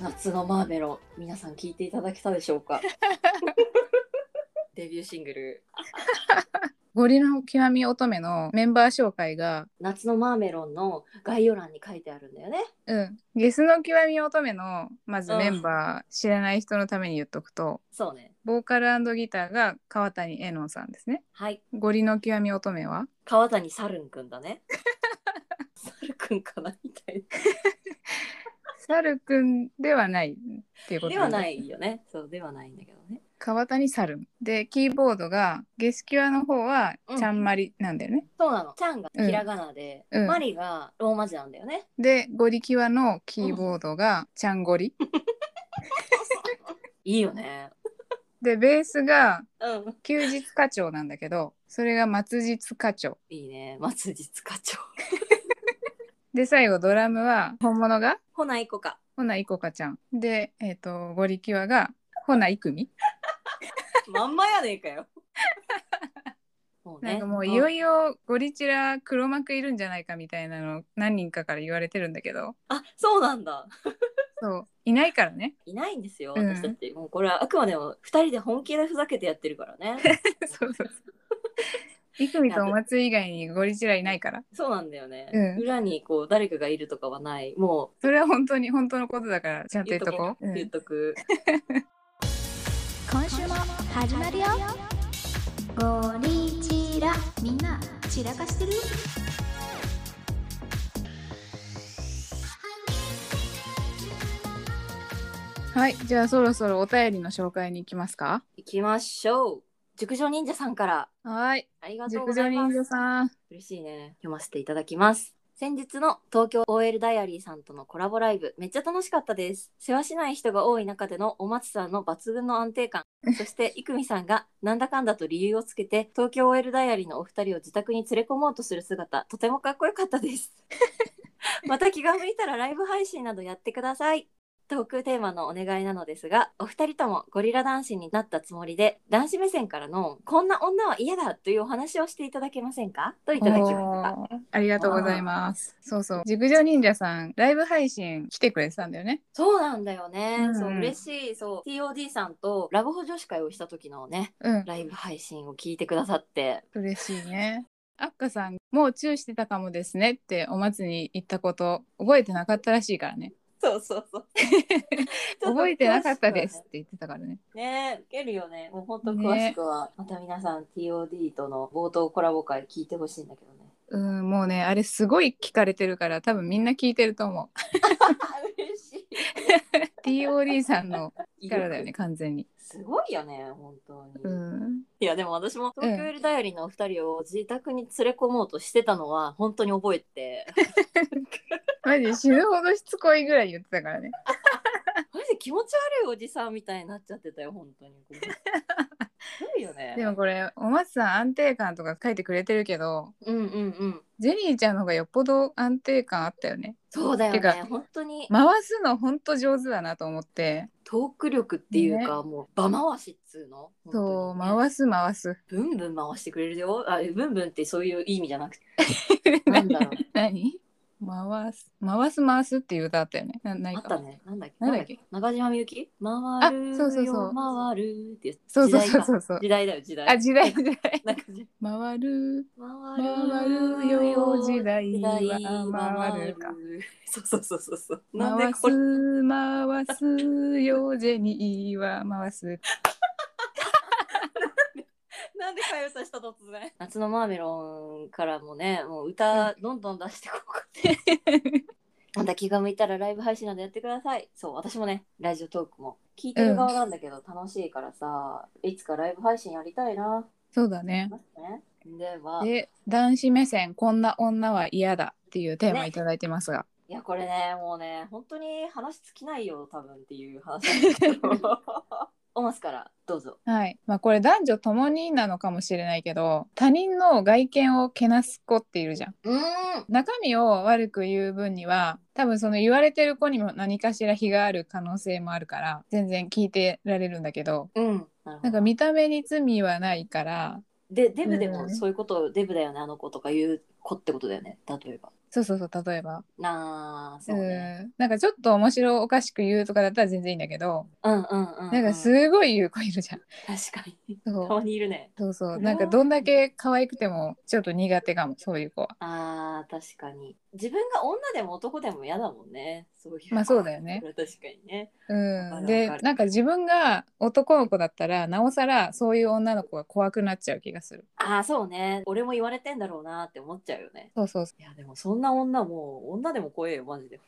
夏のマーメロ皆さん聞いていただけたでしょうか デビューシングルゴリラの極み乙女のメンバー紹介が、夏のマーメロンの概要欄に書いてあるんだよねうん、ゲスの極み乙女のまずメンバー知らない人のために言っとくと、そうねボーカルギターが川谷絵音さんですね。はいゴリの極み乙女は川谷サルンくんだ ねサルくんかなみたいサルくんではないっていうこなとではないいよねそうではないんだけどね川谷サルンでキーボードがゲスキュアの方はうんちゃんまりなんだよね、そうなのちゃんがひらがなで、うんマリがローマ字なんだよねでゴリキュアのキーボードがちゃんゴリ、いいよねでベースがうん休日課長なんだけどそれが末日課長いいね松日課長で最後ドラムは本物がほないこかほないこかちゃんでえっ、とゴリキュアがほないくみまんまやねえか よ。もなんかもういよいよゴリチラ黒幕いるんじゃないかみたいなの何人かから言われてるんだけどあそうなんだ。そういないからねいないんですよ、うん私だって。もうこれはあくまでも2人で本気でふざけてやってるから ね。 そうそうそういくみとお松以外にゴリチラいないからそうなんだよね。うん裏にこう誰かがいるとかはない。もそれは本当に本当のことだからちゃんうと言っとこう、う言っんとく。今週も始まるよゴリチラみんな散らかしてるはいじゃあそろそろお便りの紹介に行きますか行きましょう。熟女忍者さんからはいありがとうご熟ざ女いま人す形。さん嬉しいね読ませていただきます先日の東京 OL ダイアリーさんとのコラボライブめっちゃ楽しかったです世話しない人が多い中でのお松さんの抜群の安定感そして生美さんがなんだかんだと理由をつけて東京 OL ダイアリーのお二人を自宅に連れ込もうとする姿とてもかっこよかったです また気が向いたらライブ配信などやってくださいトークテーマのお願いなのですがお二人ともゴリラ男子になったつもりで男子目線からのこんな女は嫌だというお話をしていただけませんかといただきましたおーありがとうございますそうそう熟女忍者さんライブ配信来てくれてたんだよねそうなんだよね、うんそう嬉しいそう TOD さんとラブホ女子会をした時のねうんライブ配信を聞いてくださって嬉しいね。あっかさんもうチューしてたかもですねってお松に言ったこと覚えてなかったらしいからねそうそうそう 覚えてなかったですって言ってたからねねえウケるよねもうほんとね詳しくは、また皆さん TOD との冒頭コラボ会聞いてほしいんだけどねうんもうねあれすごい聞かれてるから多分みんな聞いてると思嬉しう TOD さんのいか らだよね完全にすごいよね本当に、うんいやでも私も東京よりダイアリーのお二人を自宅に連れ込もうとしてたのは本当に覚えて マジ死ぬほどしつこいぐらい言ってたからねマジで気持ち悪いおじさんみたいになっちゃってたよ本当に すごいよねでもこれお松さん安定感とか書いてくれてるけどうんうんうんジェニーちゃんの方がよっぽど安定感あったよねそうだよてかね本当に回すのほんと上手だなと思ってトーク力っていうか、もう場回しっつうの本当にそうね回す 回すブンブン回してくれるよあブンブンってそういう意味じゃな くてなんだろう何回す回す回すっていう歌あったよねなないあっかたねなんだっけなんだっけ中島みゆき回るよそうそうそう回るってやつそうそう時そ代うかそうそう時代だよ時代あ時代時代 なんかじ回る回回るるよよ時時代代は回るかそうそうそうそうそうなんで回これす回すよジェニーは回すなんでかよさした突然夏のマーメロンからもねもう歌どんどん出してこうかって また気が向いたらライブ配信などやってくださいそう私もねラジオトークも聞いてる側なんだけど楽しいからさ、いつかライブ配信やりたいなそうだねますねではで男子目線こんな女は嫌だっていうテーマねいただいてますが、いやこれねもうね本当に話尽きないよ多分っていう話なんですけ どオマスからどうぞはいまあこれ男女ともになのかもしれないけど他人の外見をけなす子っているじゃんうーん中身を悪く言う分には多分その言われてる子にも何かしら非がある可能性もあるから全然聞いてられるんだけどうんなるなほんどか見た目に罪はないからでデブでもうんそういうことをデブだよねあの子とか言う子ってことだよね例えばそうそうそう例えばなあそううね。んなんかちょっと面白おかしく言うとかだったら全然いいんだけど、うんうんうんうん。なんかすごい言う子いるじゃん。確かに。たそうまにいるね。そうそうう。んなんかどんだけ可愛くてもちょっと苦手かもそういう子は。あー確かに自分が女でも男でも嫌だもんねそういうまあそうだよねこれは確かにねうわかん。るでわかるなんか自分が男の子だったらなおさらそういう女の子が怖くなっちゃう気がする。 ああそうね俺も言われてんだろうなって思っちゃうよねそうそうそいやでもそんな女もう女でも怖えよマ ジで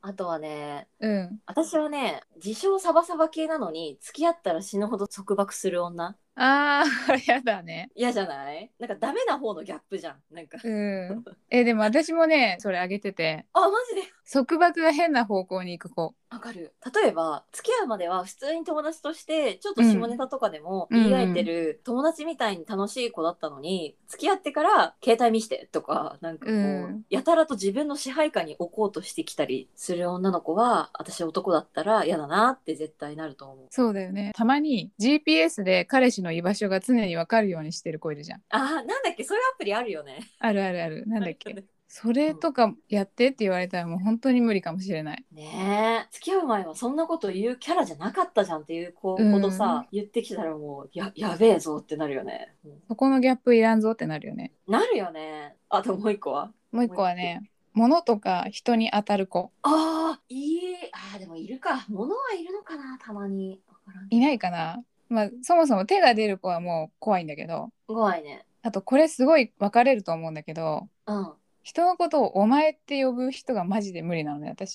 あとはねう。うん。私はね自称サバサバ系なのに付き合ったら死ぬほど束縛する女ああ やだね。嫌じゃないなんかダメな方のギャップじゃんなん かうん。えでも私もねそれあげててあマジで束縛が変な方向に行く子。わかる例えば付き合うまでは普通に友達としてちょっと下ネタとかでもうん言い合えてる友達みたいに楽しい子だったのに付き合ってから携帯見してとかなんかこう、うんやたらと自分の支配下に置こうとしてきたりする女の子は私男だったら嫌だなって絶対なると思うそうだよね。たまに GPS で彼氏の居場所が常にわかるようにしてる子いるじゃん。あーなんだっけそういうアプリあるよねあるあるある。なんだっけ。ねそれとかやってって言われたらもう本当に無理かもしれない。 ねえ付き合う前はそんなこと言うキャラじゃなかったじゃんっていう子うんほどさ、言ってきたらもうややべえぞってなるよね、うんそこのギャップいらんぞってなるよね。なるよねあともう一個はもう一個はね、物とか人に当たる子ああ、いい。ああ、でもいるか。物はいるのかな、たまに。わからんけいないかな。まあそもそも手が出る子はもう怖いんだけど、ど。怖いね。あとこれすごい分かれると思うんだけど、うん。人のことをお前って呼ぶ人がマジで無理なのね私。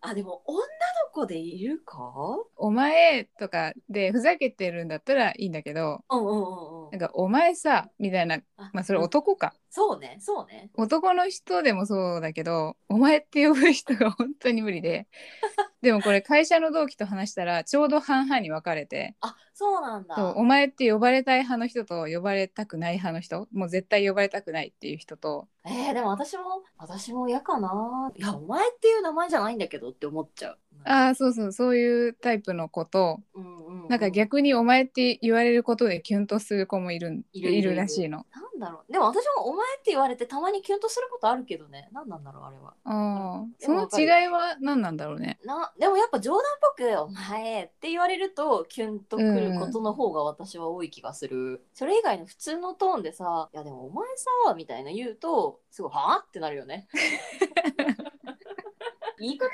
あ、でも女の子でいるかお前とかでふざけてるんだったらいいんだけど、うんうんうんうなんん。かお前さみたいな、あまあそれ男か。そうね、そうね。男の人でもそうだけどお前って呼ぶ人が本当に無理ででもこれ会社の同期と話したらちょうど半々に分かれてあ、そうなんだ。そうお前って呼ばれたい派の人と呼ばれたくない派の人もう絶対呼ばれたくないっていう人とえー、でも私も、私も嫌かな。いや、お前っていう名前じゃないんだけどって思っちゃう。ああそうそうそういうタイプの子とうんうん、なんか。逆にお前って言われることでキュンとする子もいるんいるいるいるらしいの。なんだろう。でも私もお前って言われてたまにキュンとすることあるけどね。なんなんだろう、あれは。あーでそものわかる違いは何なんだろうね。なでもやっぱ冗談っぽく「お前」って言われるとキュンとくることの方が私は多い気がする、それ以外の普通のトーンでさ「いやでもお前さ」みたいな言うとすごい「はあ?」ってなるよ ね言い方の問題だ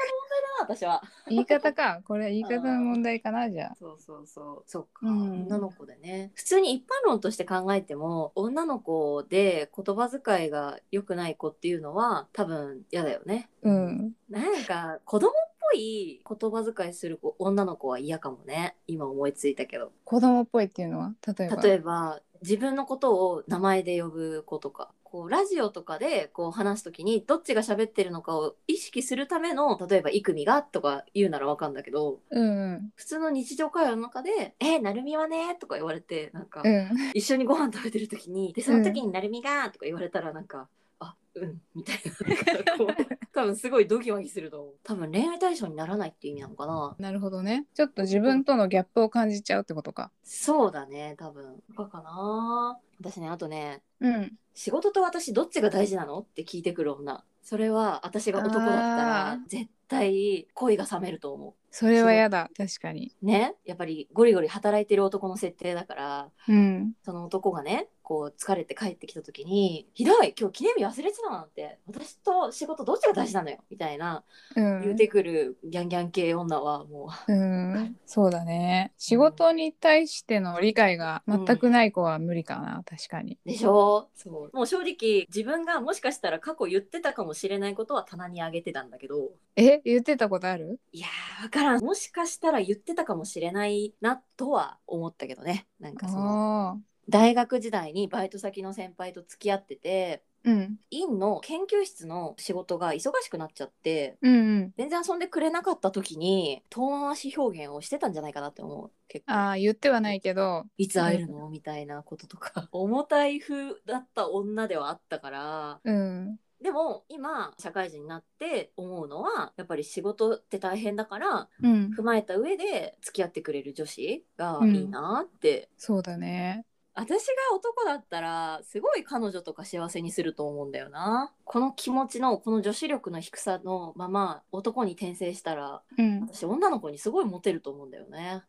な私は言い方かこれは言い方の問題かなじゃあ。そうそうそうそっか、うん女の子でね普通に一般論として考えても女の子で言葉遣いが良くない子っていうのは多分嫌だよねうんなんか子供っぽい言葉遣いする子女の子は嫌かもね今思いついたけど子供っぽいっていうのは例えば。例えば自分のことを名前で呼ぶ子とかこうラジオとかでこう話す時にどっちが喋ってるのかを意識するための例えば「イクミが」とか言うならわかるんだけどうんうん普通の日常会話の中で「えなるみはね」とか言われてなんかうん一緒にご飯食べてる時に「でその時になるみが」とか言われたらなんか「あうん」みたいななんかこう多分すごいドギマギすると思う多分恋愛対象にならないっていう意味なのかななるほどねちょっと自分とのギャップを感じちゃうってことかそうだね多分とかかな私ねあとねうん仕事と私どっちが大事なのって聞いてくる女それは私が男だったあらー絶対恋が冷めると思それはやだ確かにうねやっぱりゴリゴリ働いてる男の設定だからうんその男がねこう疲れて帰ってきた時に「ひどい今日記念日忘れてたなんて私と仕事どっちが大事なのよ」みたいなうん言うてくるギャンギャン系女はもうんそうだね仕事に対しての理解が全くない子は無理かな、確かにうでしょそうもう正直自分がもしかしたら過去言ってたかもしれないことは棚に上げてたんだけどえ言ってたことあるいやー分からんもしかしたら言ってたかもしれないなとは思ったけどねなんかそのあ大学時代にバイト先の先輩と付き合っててーうん院の研究室の仕事が忙しくなっちゃってうんうん全然遊んでくれなかった時に遠回し表現をしてたんじゃないかなって思う結構ああ言ってはないけどいつ会えるのみたいなこととか 重たい風だった女ではあったからうんでも今社会人になって思うのはやっぱり仕事って大変だからうん踏まえた上で付き合ってくれる女子がいいなってそうだね私が男だったらすごい彼女とか幸せにすると思うんだよなこの気持ちのこの女子力の低さのまま男に転生したらうん、私女の子にすごいモテると思うんだよね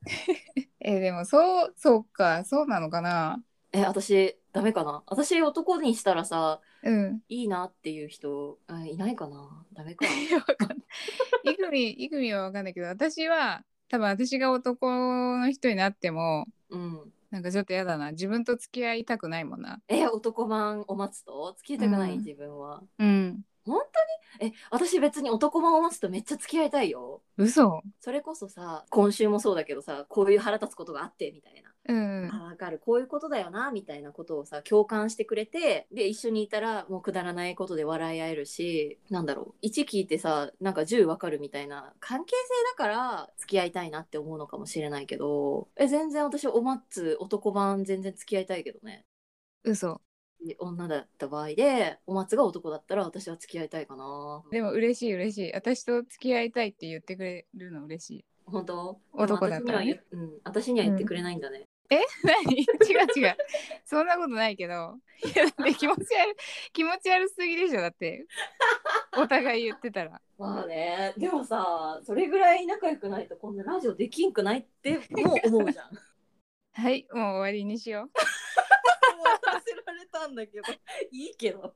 えーでもそうそうかそうなのかなえ私ダメかな私男にしたらさうん いいなっていう人あいないかなダメか いやわかんないイグミイグミはわかんないけど私は多分私が男の人になってもうんなんかちょっとやだな自分と付き合いたくないもんなえ男版を待つと付き合いたくない、うん自分はうんえ私別に男版を待つとめっちゃ付き合いたいよ嘘それこそさ今週もそうだけどさこういう腹立つことがあってみたいなうんあ分かるこういうことだよなみたいなことをさ共感してくれてで一緒にいたらもうくだらないことで笑い合えるしなんだろう1聞いてさなんか10分かるみたいな関係性だから付き合いたいなって思うのかもしれないけどえ全然私おまっつ男版全然付き合いたいけどね嘘で女だった場合でおまつが男だったら私は付き合いたいかなでも嬉しい嬉しい私と付き合いたいって言ってくれるの嬉しい本当男だったらねでも私には言,、うん、私には言ってくれないんだね、何 違う違うそんなことないけど いやだって気持ち悪い気持ち悪すぎでしょだってお互い言ってたらまあね、でもさ、それぐらい仲良くないとこんなラジオできんくないってもう思うじゃん。 はいもう終わりにしようさせられたんだけど、いいけど。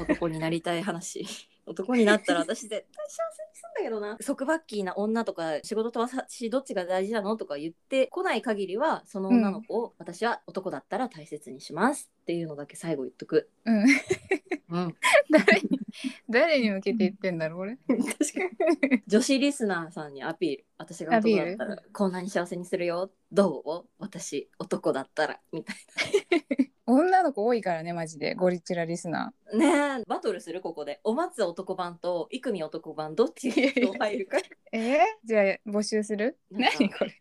男になりたい話。男になったら私絶対幸せにすんだけどな束縛キーな女とか仕事と私どっちが大事なのとか言ってこない限りはその女の子を私は男だったら大切にしますっていうのだけ最後言っとく、うん うん、誰に誰に向けて言ってんだろう俺女子リスナーさんにアピール私が男だったらこんなに幸せにするよどう私男だったらみたい女の子多いからねマジでゴリチラリスナなねえ バトルするここでお松男版とイクミ男版どっちが入る かーえー、じゃあ募集するなんか何これ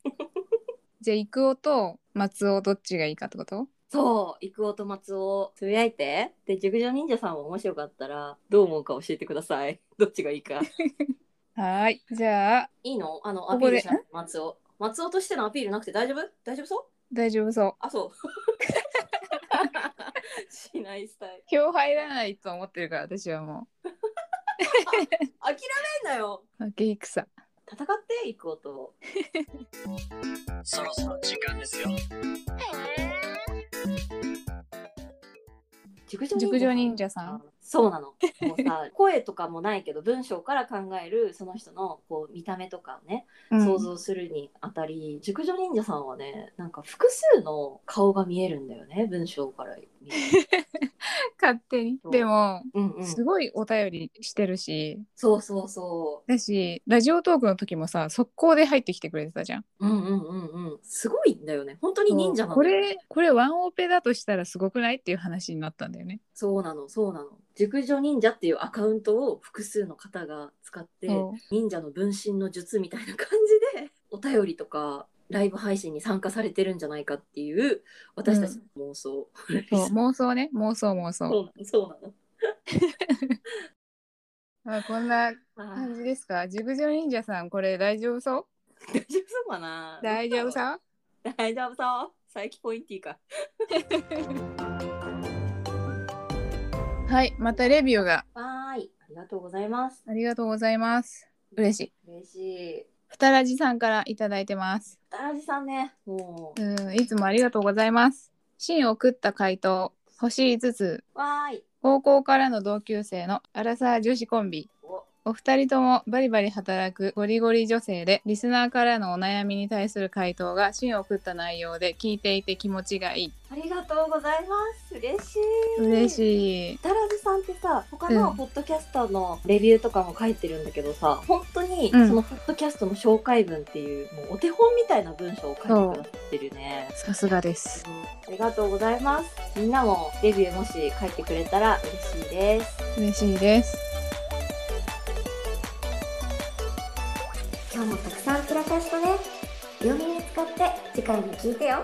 じゃあ育夫と松尾どっちがいいかってことそうイクオと松をつぶやいてで熟女忍者さんももしよかったらどう思うか教えてください どっちがいいかはーいじゃあいいのあのアこピーこルでしなくて松尾松尾としてのアピールなくて大丈夫大丈夫そう大丈夫そあ そうしないスタイルう票入らないと思ってるから私はも諦めんなよう負け戦戦っていくことをそろそろ時間ですよ。熟女熟女忍者者ささんそうなのもうさ 声とかもないけど文章から考えるその人のこう見た目とかをね、うん想像するにあたり熟女忍者さんはねなんか複数の顔が見えるんだよね文章から見 る勝手にそうでも、うん、うん、すごいお便りしてるしそうそうそだしラジオトークの時もさ速攻で入ってきてくれてたじゃんううんうんうんうんすごいんだよね本当に忍者なこんだよねれこれワンオペだとしたらすごくないっていう話になったんだ よねそうなのそうなの熟女忍者っていうアカウントを複数の方が使ってそう忍者の分身の術みたいな感じで お便りとかライブ配信に参加されてるんじゃないかっていう私たちの妄想、そう妄想ね妄想妄想そうなのそうなのあこんなあ感ーじですか熟女忍者さんこれ大丈夫そ大丈夫そうかなう大丈夫さ大丈夫そう最近ポインティーかはいまたレビューがはーいありがとうございますありがとうございます嬉しい嬉しいふたらじさんからいただいてますたらじさんねもううんいつもありがとうございます芯を食った回答星5つわーい高校からの同級生のアラサー女子コンビおお二人ともバリバリ働くゴリゴリ女性でリスナーからのお悩みに対する回答が芯を食った内容で聞いていて気持ちがいいありがとうございます嬉しい嬉しいダラジさんってさ他のうんポッドキャスターのレビューとかも書いてるんだけどさ、本当にそうんのポッドキャストの紹介文っていうもうお手本みたいな文章を書いてくださってるね。さすがですありがとうございます。みんなもレビューもし書いてくれたら嬉しいです。嬉しいです今日もたくさんプラキャストね読みに使って次回も聞いてよ